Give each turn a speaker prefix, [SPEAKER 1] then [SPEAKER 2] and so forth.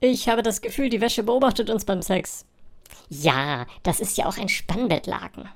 [SPEAKER 1] Ich habe das Gefühl, die Wäsche beobachtet uns beim Sex.
[SPEAKER 2] Ja, das ist ja auch ein Spannbettlaken.